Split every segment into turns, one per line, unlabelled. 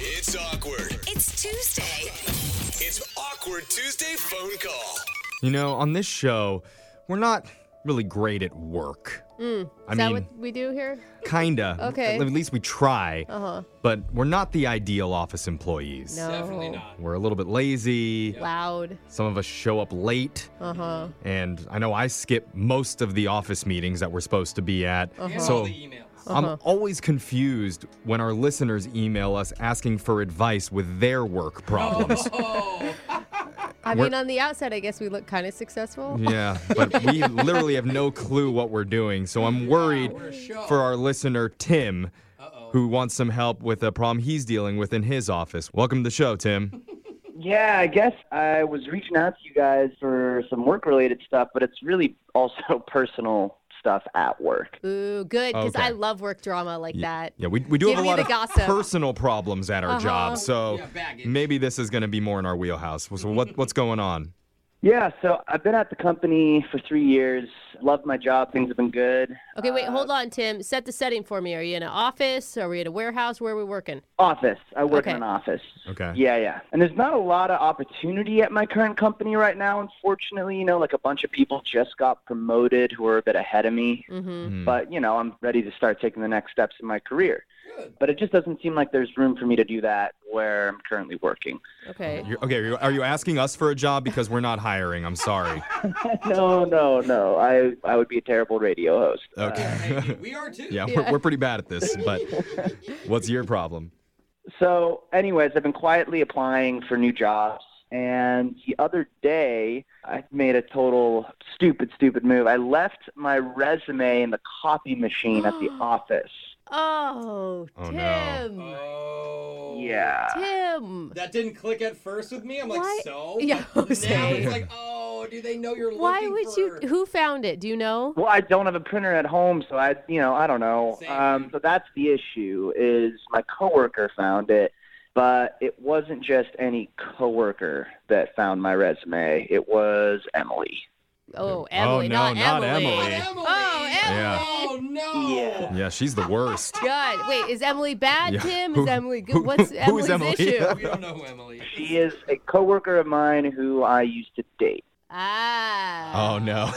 It's awkward.
It's Tuesday.
It's awkward Tuesday phone call.
You know, on this show, we're not really great at work. I
Mm. Is
mean,
that what we do here?
kinda.
Okay.
At least we try. Uh-huh. But we're not the ideal office employees.
No.
Definitely not.
We're a little bit lazy.
Loud.
Some of us show up late.
Uh huh.
And I know I skip most of the office meetings that we're supposed to be at.
Uh-huh.
And all
So
the emails.
I'm always confused when our listeners email us asking for advice with their work problems.
Oh,
I
We're-
mean, on the outside, I guess we look kind of successful.
Yeah, but we literally have no clue what we're doing. So I'm worried
we're a show.
for our listener, Tim, who wants some help with a problem he's dealing with in his office. Welcome to the show, Tim.
Yeah, I guess I was reaching out to you guys for some work related stuff, but it's really also personal stuff at work.
Ooh, good, because
Oh, Okay.
I love work drama like that.
Yeah, we, we do
Give
have a
me
lot
the
of
gossip. Uh-huh.
personal problems at our job. So
Yeah, baggage.
maybe this is going to be more in our wheelhouse. So, what, what's going on?
Yeah, so I've been at the company for three years, loved my job, things have been good.
Okay, wait, hold on, Tim. Set the setting for me. Are you in an office? Are we at a warehouse? Where are we working?
Office. I work
Okay.
in an office.
Okay.
Yeah, yeah. And there's not a lot of opportunity at my current company right now, unfortunately. You know, like a bunch of people just got promoted who are a bit ahead of me.
Mm-hmm.
Hmm.
but you know i'm ready to start taking the next steps in my career but it just doesn't seem like there's room for me to do that where i'm currently working
Okay.
You're- okay, are you- are you asking us for a job? Because we're not hiring. I'm sorry.
no no no i i would be a terrible radio host Uh,
Okay.
Hey, we are too.
yeah, we're, we're pretty bad at this, but what's your problem?
so anyways i've been quietly applying for new jobs and the other day i made a total stupid stupid move i left my resume in the copy machine at the office
Oh,
Oh, no.
Tim.
Oh.
yeah
Tim.
That didn't click at first with me. I'm like,
Why-
so?
Yeah,
But now
same.
it's like, oh, do they know you're
Why
looking
would
for...
you? Who found it? Do you know?
Well, I don't have a printer at home, so I, you know, I don't know.
Same.
Um, so that's the issue. Is my coworker found it, but it wasn't just any coworker that found my resume. It was Emily.
Oh, Emily.
no,
not,
not
Emily.
Oh,
Emily.
Emily.
Oh,
Yeah.
Oh, no.
Yeah.
Yeah, she's the worst.
Good. Wait, is Emily bad,
Yeah.
Tim?
Who-
Is Emily
who-
good? What's
who is
Emily's
Emily?
issue?
We don't know who Emily is.
She is a coworker of mine who I used to date.
Ah.
Oh, no.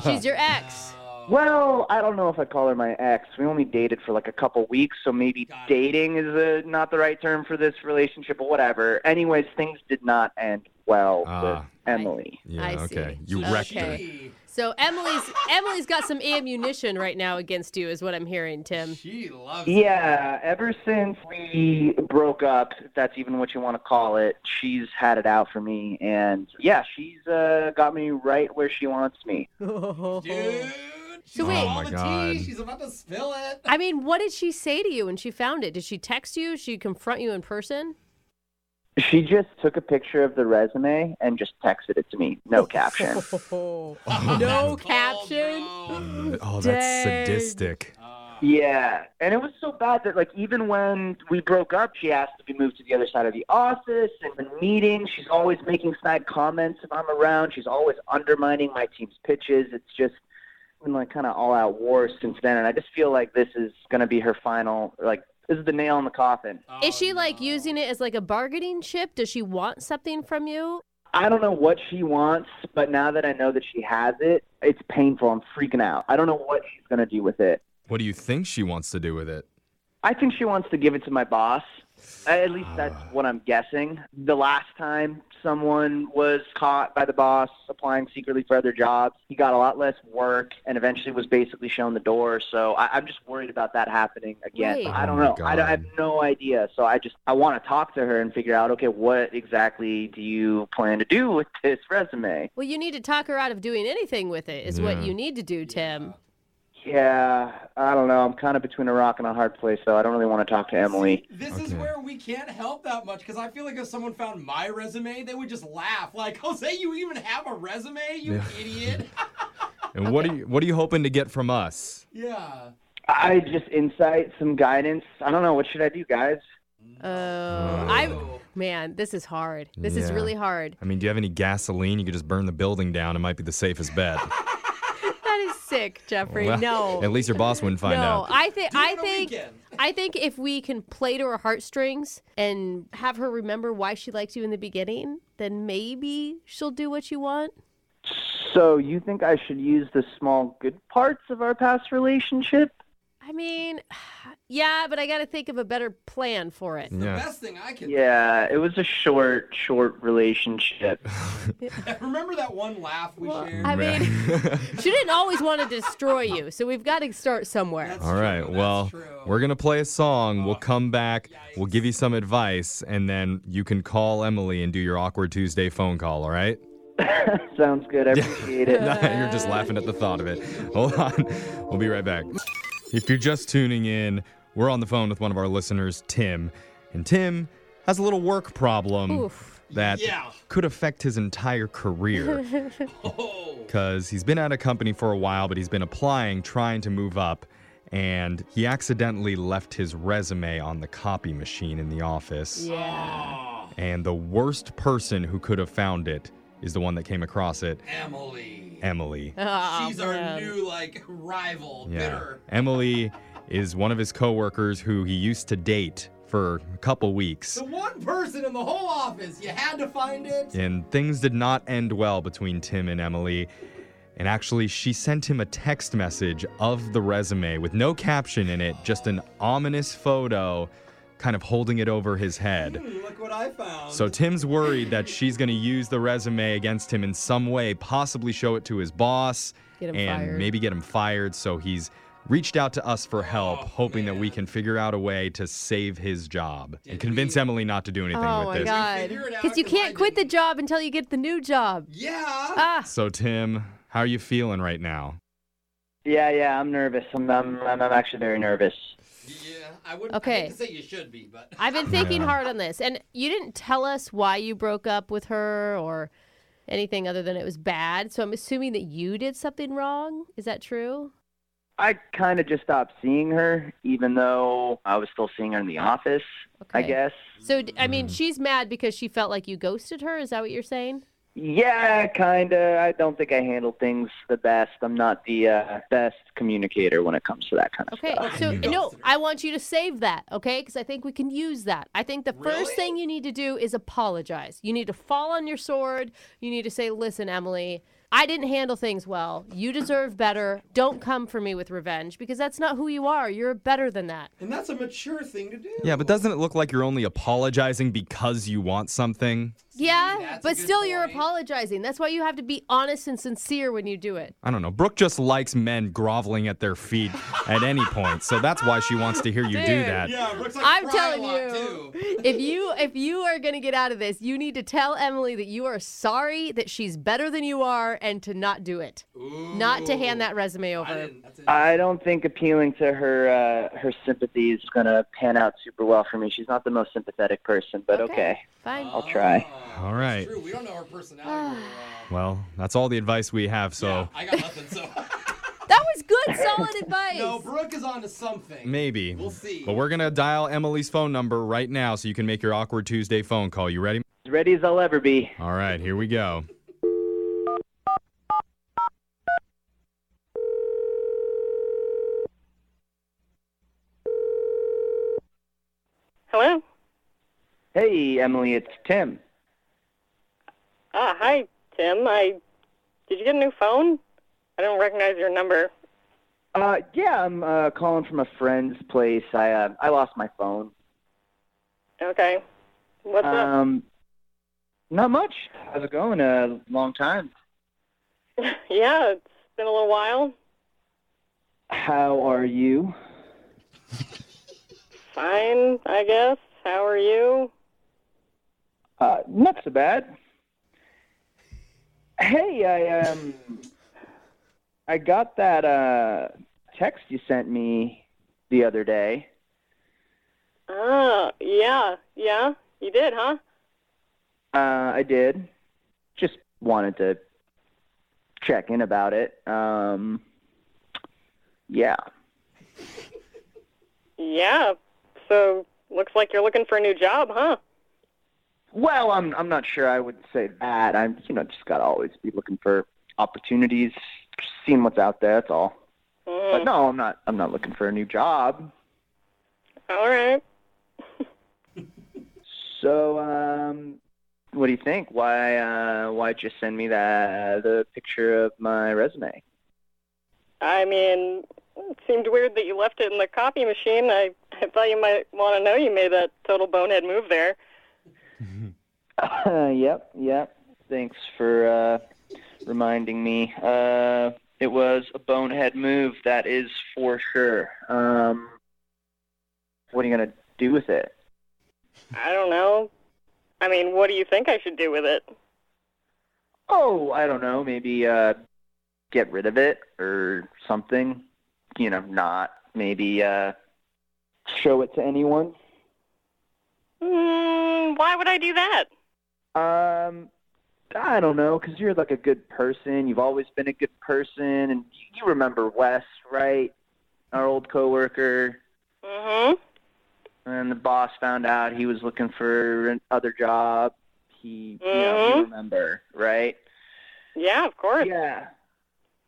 She's your ex.
Oh.
Well, I don't know if I call her my ex. We only dated for like a couple weeks, so maybe
Got it.
dating is uh not the right term for this relationship, or whatever. Anyways, things did not end well with
Ah.
Emily.
Yeah,
I see.
okay. You
So
wrecked
she-
her.
So Emily's Emily's got some ammunition right now against you, is what I'm hearing, Tim.
She loves it.
Yeah, ever since we broke up, if that's even what you want to call it, she's had it out for me. And yeah, she's uh, got me right where she wants me.
Oh. Dude. She's
wait-
got
Oh, my
all the
God.
tea. She's about to spill it.
I mean, what did she say to you when she found it? Did she text you? Did she confront you in person?
She just took a picture of the resume and just texted it to me. No caption.
no
Cold,
caption.
bro.
Oh, that's
that's Dang.
sadistic.
Yeah. And it was so bad that, like, even when we broke up, she asked to be moved to the other side of the office. And in meetings, she's always making snide comments if I'm around. She's always undermining my team's pitches. It's just been, like, kind of all out war since then. And I just feel like this is going to be her final, like, this is the nail in the coffin.
Is she
Oh,
like using it as like a bargaining chip? Does she want something from you?
I don't know what she wants, but now that I know that she has it, it's painful. I'm freaking out. I don't know what she's going to do with it.
What do you think she wants to do with it?
I think she wants to give it to my boss. At least that's
Ah.
what I'm guessing. The last time someone was caught by the boss applying secretly for other jobs, he got a lot less work and eventually was basically shown the door. So I, I'm just worried about that happening again.
Wait.
I don't
Oh my
know. I, don't, I
God.
have no idea. So I just I want to talk to her and figure out okay, what exactly do you plan to do with this resume?
Well, you need to talk her out of doing anything with it. Is
Yeah.
what you need to do, Tim.
Yeah, I don't know. I'm kind of between a rock and a hard place, though. I don't really want to talk to Emily.
This is
Okay.
where we can't help that much because I feel like if someone found my resume, they would just laugh. Like, Jose, you even have a resume, you
Yeah.
idiot.
And what are you what are you hoping to get from us?
yeah.
I just insight, some guidance. I don't know. What should I do, guys?
Oh, I man, this is hard. This is
Yeah.
really hard.
I mean, do you have any gasoline? You could just burn the building down. It might be the safest bet.
That is sick, Jeffrey.
Well,
no.
At least your boss wouldn't find
no,
out.
I think
it
I
on a
think
weekend.
I think if we can play to her heartstrings and have her remember why she liked you in the beginning, then maybe she'll do what you want.
So you think I should use the small good parts of our past relationship?
I mean, yeah, but I got to think of a better plan for it.
The
yeah.
best thing I can.
Yeah, it was a short, short relationship.
Remember that one laugh we
Well,
shared?
I mean, she didn't always want to destroy you, so we've got to start somewhere.
That's
All right.
true, that's
well,
true. Uh,
we're going to play a song. We'll come back. We'll give you some advice, and then you can call Emily and do your Awkward Tuesday phone call, all right?
Sounds good. I appreciate it.
You're just laughing at the thought of it. Hold on. We'll be right back. If you're just tuning in, we're on the phone with one of our listeners, Tim. And Tim has a little work problem
Oof.
that
Yeah.
could affect his entire career
Oh,
because he's been at a company for a while, but he's been applying, trying to move up. And he accidentally left his resume on the copy machine in the office.
Yeah.
Oh,
And the worst person who could have found it is the one that came across it,
Emily.
Emily.
Oh,
She's our
man.
new like rival. Bitter.
Emily is one of his coworkers who he used to date for a couple weeks.
The one person in the whole office. You had to find it.
And things did not end well between Tim and Emily. And actually, she sent him a text message of the resume with no caption in it, just an ominous photo kind of holding it over his head.
Hmm, look what I found.
So Tim's worried that she's going to use the resume against him in some way, possibly show it to his boss
Get him
and
fired.
maybe get him fired. So he's reached out to us for help, hoping that we can figure out a way to save his job and convince Emily not to do anything
Oh
with
my
this.
god.
figure it out,
Because you
'cause I
can't quit the
didn't.
job until you get the new job.
yeah.
Ah.
So Tim, how are you feeling right now?
Yeah, yeah, I'm nervous. I'm, I'm, I'm I'm actually very nervous.
Yeah. I wouldn't. I
Okay.
hate to say you should be, but
I've been thinking
Yeah.
hard on this, and you didn't tell us why you broke up with her or anything other than it was bad. So I'm assuming that you did something wrong. Is that true?
I kind of just stopped seeing her, even though I was still seeing her in the office, I
Okay.
guess.
So d- I mean, she's mad because she felt like you ghosted her. Is that what you're saying?
Yeah, kind of. I don't think I handle things the best. I'm not the uh, best communicator when it comes to that kind of
Okay.
stuff.
So
you
no,
ghosted her.
I want you to save that, okay? Because I think we can use that. I think the
Really?
first thing you need to do is apologize. You need to fall on your sword. You need to say, "Listen, Emily." I didn't handle things well. You deserve better. Don't come for me with revenge because that's not who you are. You're better than that.
and that's a mature thing to do.
Yeah, but doesn't it look like you're only apologizing because you want something?
Yeah,
that's a
but
good
still, you're
point.
apologizing. That's why you have to be honest and sincere when you do it.
I don't know. Brooke just likes men groveling at their feet at any point. So that's why she wants to hear you do
Dude.
that.
Yeah, Brooke's like
I'm
crying
telling
a lot
you,
Too.
if you if you are gonna get out of this, you need to tell Emily that you are sorry that she's better than you are, and to not do it, not to hand that resume
I
over.
didn't. That's it.
I don't think appealing to her uh, her sympathy is gonna pan out super well for me. She's not the most sympathetic person, but okay,
fine.
I'll try.
All right.
True. We don't know her
Ah.
personality. very well.
Well, that's all the advice we have. So.
Yeah, I got nothing. So
that was good, solid advice.
no, Brooke is on to something.
Maybe.
We'll see.
But we're going to dial Emily's phone number right now so you can make your Awkward Tuesday phone call. You ready?
As ready as I'll ever be.
All right, here we go.
Hello.
Hey, Emily, it's Tim.
Ah, hi, Tim. I did you get a new phone? I don't recognize your number.
Uh, yeah, I'm uh, calling from a friend's place. I uh, I lost my phone.
Okay. What's up?
Um, not much. How's it going? A uh, long time.
Yeah, it's been a little while.
How are you?
Fine, I guess. How are you?
Uh, not so bad. Hey, I um, I got that uh text you sent me the other day.
Ah, yeah, yeah. You did, huh?
Uh, I did. Just wanted to check in about it. Um, yeah.
Yeah. So looks like you're looking for a new job, huh?
Well, I'm I'm not sure I would say that. I'm you know just gotta always be looking for opportunities seeing what's out there. That's all.
Mm,
But no, I'm not. I'm not looking for a new job.
all right.
So, um, what do you think? Why, uh, why just send me that the picture of my resume?
I mean, it seemed weird that you left it in the copy machine. I, I thought you might want to know you made that total bonehead move there.
yep, yep. Thanks for uh, reminding me. Uh, it was a bonehead move, that is for sure. Um, what are you gonna do with it?
I don't know. I mean, what do you think I should do with it?
Oh, I don't know. Maybe uh, get rid of it or something. You know, not maybe uh, show it to anyone.
Mm, why would I do that?
Um, I don't know, because you're like a good person. You've always been a good person, and you- you remember Wes, right? Our old coworker.
Mm-hmm.
And the boss found out he was looking for another job. He, you know, you
Mhm.
remember, right?
Yeah, of course.
Yeah.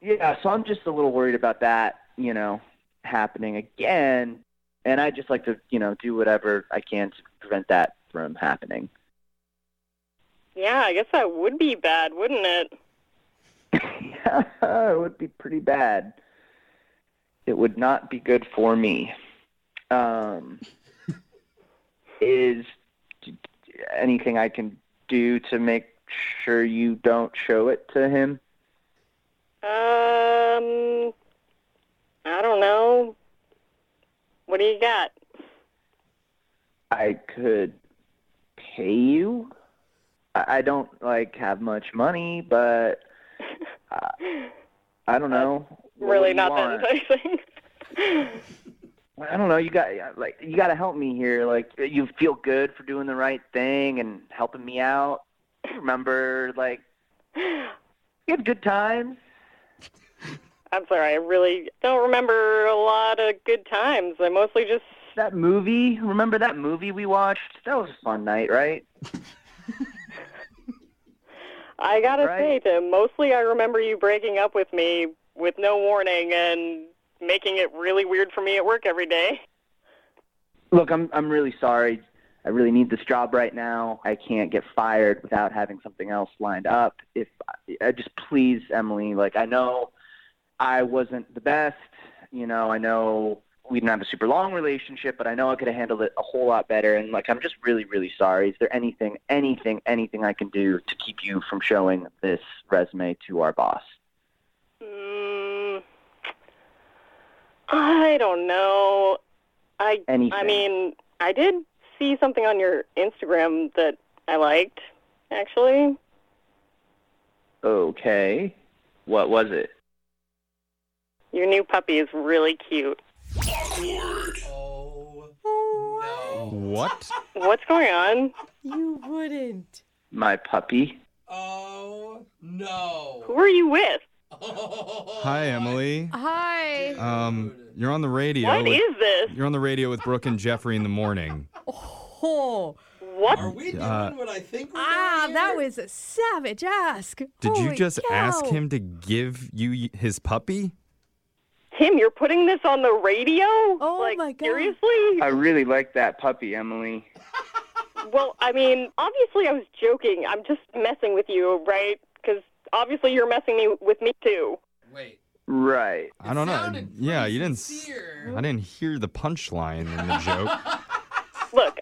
Yeah, so I'm just a little worried about that, you know, happening again. And I just like to, you know, do whatever I can to prevent that from happening.
Yeah, I guess that would be bad, wouldn't it?
yeah, it would be pretty bad. It would not be good for me. Um, is d- d- anything I can do to make sure you don't show it to him?
Um, I don't know. What do you got?
I could pay you. I I don't like have much money, but uh, I, I don't know. What do
really
you
not
want?
that enticing.
I don't know. You got like you got to help me here. Like you feel good for doing the right thing and helping me out. You remember, like you had good times.
I'm sorry, I really don't remember a lot of good times. I mostly just
That movie. Remember that movie we watched? That was a fun night, right?
I gotta
Right.
say, Tim, mostly I remember you breaking up with me with no warning and making it really weird for me at work every day.
Look, I'm I'm really sorry. I really need this job right now. I can't get fired without having something else lined up. If I just please, Emily, like I know I wasn't the best. You know, I know we didn't have a super long relationship, but I know I could have handled it a whole lot better. And like, I'm just really, really sorry. Is there anything, anything, anything I can do to keep you from showing this resume to our boss?
Mm, I don't know. I
Anything?
I mean, I did see something on your Instagram that I liked, actually.
okay. What was it?
Your new puppy is really cute.
Awkward.
Oh no.
What?
What's going on?
You wouldn't.
My puppy.
Oh no.
Who are you with?
Oh,
Hi, Emily.
Hi.
Um, you're on the radio.
What
with-
is this?
You're on the radio with Brooke and Jeffrey in the morning.
Oh,
Are
What?
we doing
Uh,
what I think we're
ah,
doing
that
here?
was a savage ask.
Did you
Holy
just ask
cow.
him to give you y- his puppy?
Tim, you're putting this on the radio?
Oh,
like,
my God.
Seriously?
I really like that puppy, Emily.
Well, I mean, obviously I was joking. I'm just messing with you, right? Because obviously you're messing me with me too.
Wait.
Right.
I don't know.
sounded
Yeah,
pretty
you didn't. s-
sincere.
I didn't hear the punchline in the joke.
Look,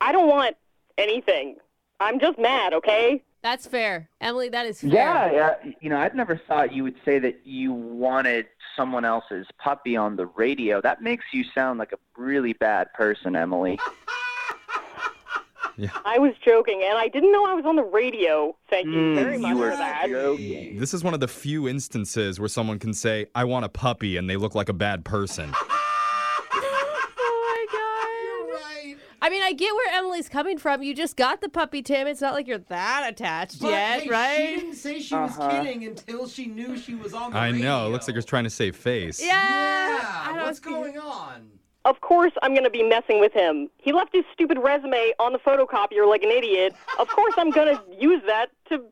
I don't want anything. I'm just mad, okay?
That's fair, Emily. That is fair.
Yeah, yeah. You know, I'd never thought you would say that you wanted someone else's puppy on the radio. That makes you sound like a really bad person, Emily.
I was joking, and I didn't know I was on the radio. Thank you very much
Mm, you were
for that.
joking.
This is one of the few instances where someone can say, "I want a puppy," and they look like a bad person.
Oh my god.
Right.
I mean, I get where Emily's coming from. You just got the puppy, Tim. It's not like you're that attached
But,
yet,
hey, She
right?
didn't say she
Uh-huh.
was kidding until she knew she was on the
I
radio.
know. It looks like you're trying to save face.
Yeah. I
Yeah.
don't
What's
see-
going on?
Of course, I'm going to be messing with him. He left his stupid resume on the photocopier like an idiot. Of course, I'm going to use that to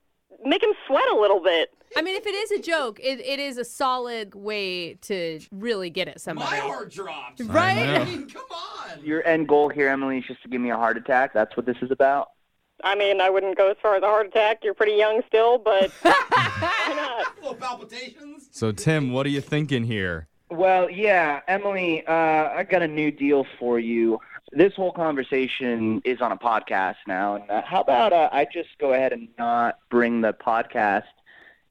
make him sweat a little bit.
I mean, if it is a joke, it, it is a solid way to really get at
My
somebody.
heart dropped.
I
I
know.
Right?
mean, come on.
Your end goal here, Emily, is just to give me a heart attack. That's what this is about.
I mean, I wouldn't go as far as a heart attack. You're pretty young still, but why not?
Little palpitations.
So Tim, what are you thinking here?
Well, yeah, Emily, uh, I got a new deal for you. This whole conversation is on a podcast now, and uh, how about uh, I just go ahead and not bring the podcast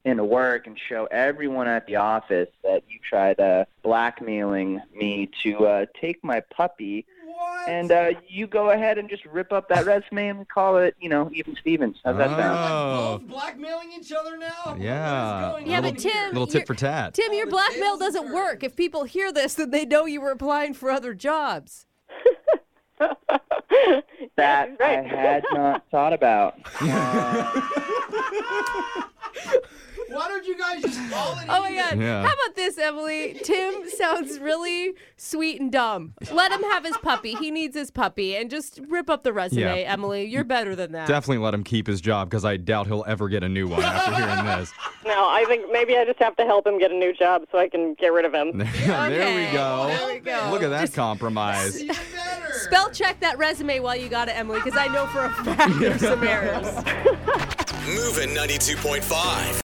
into work and show everyone at the office that you tried uh, blackmailing me to uh, take my puppy,
What?
and uh, you go ahead and just rip up that resume and call it, you know, even Stevens. How's that sound?
Oh.
Both blackmailing each other now?
Yeah.
What is going
Yeah,
on
but
here?
Tim-
Little
You're-
tit for tat.
Tim, your
the
blackmail
tables
doesn't
turned.
work. If people hear this, then they know you were applying for other jobs.
that
Yeah, right.
I had not thought about.
Why don't you guys just call it
Oh my
even?
God.
Yeah.
How about this, Emily? Tim sounds really sweet and dumb. Let him have his puppy. He needs his puppy. And just rip up the resume,
Yeah.
Emily. You're better than that.
Definitely let him keep his job because I doubt he'll ever get a new one after hearing this.
No, I think maybe I just have to help him get a new job so I can get rid of him.
There,
Okay.
there we
There
go.
we go.
Look at that
Just
compromise.
Even better.
spell check that resume while you got it, Emily, because I know for a fact there's some errors.
Moving 92.5.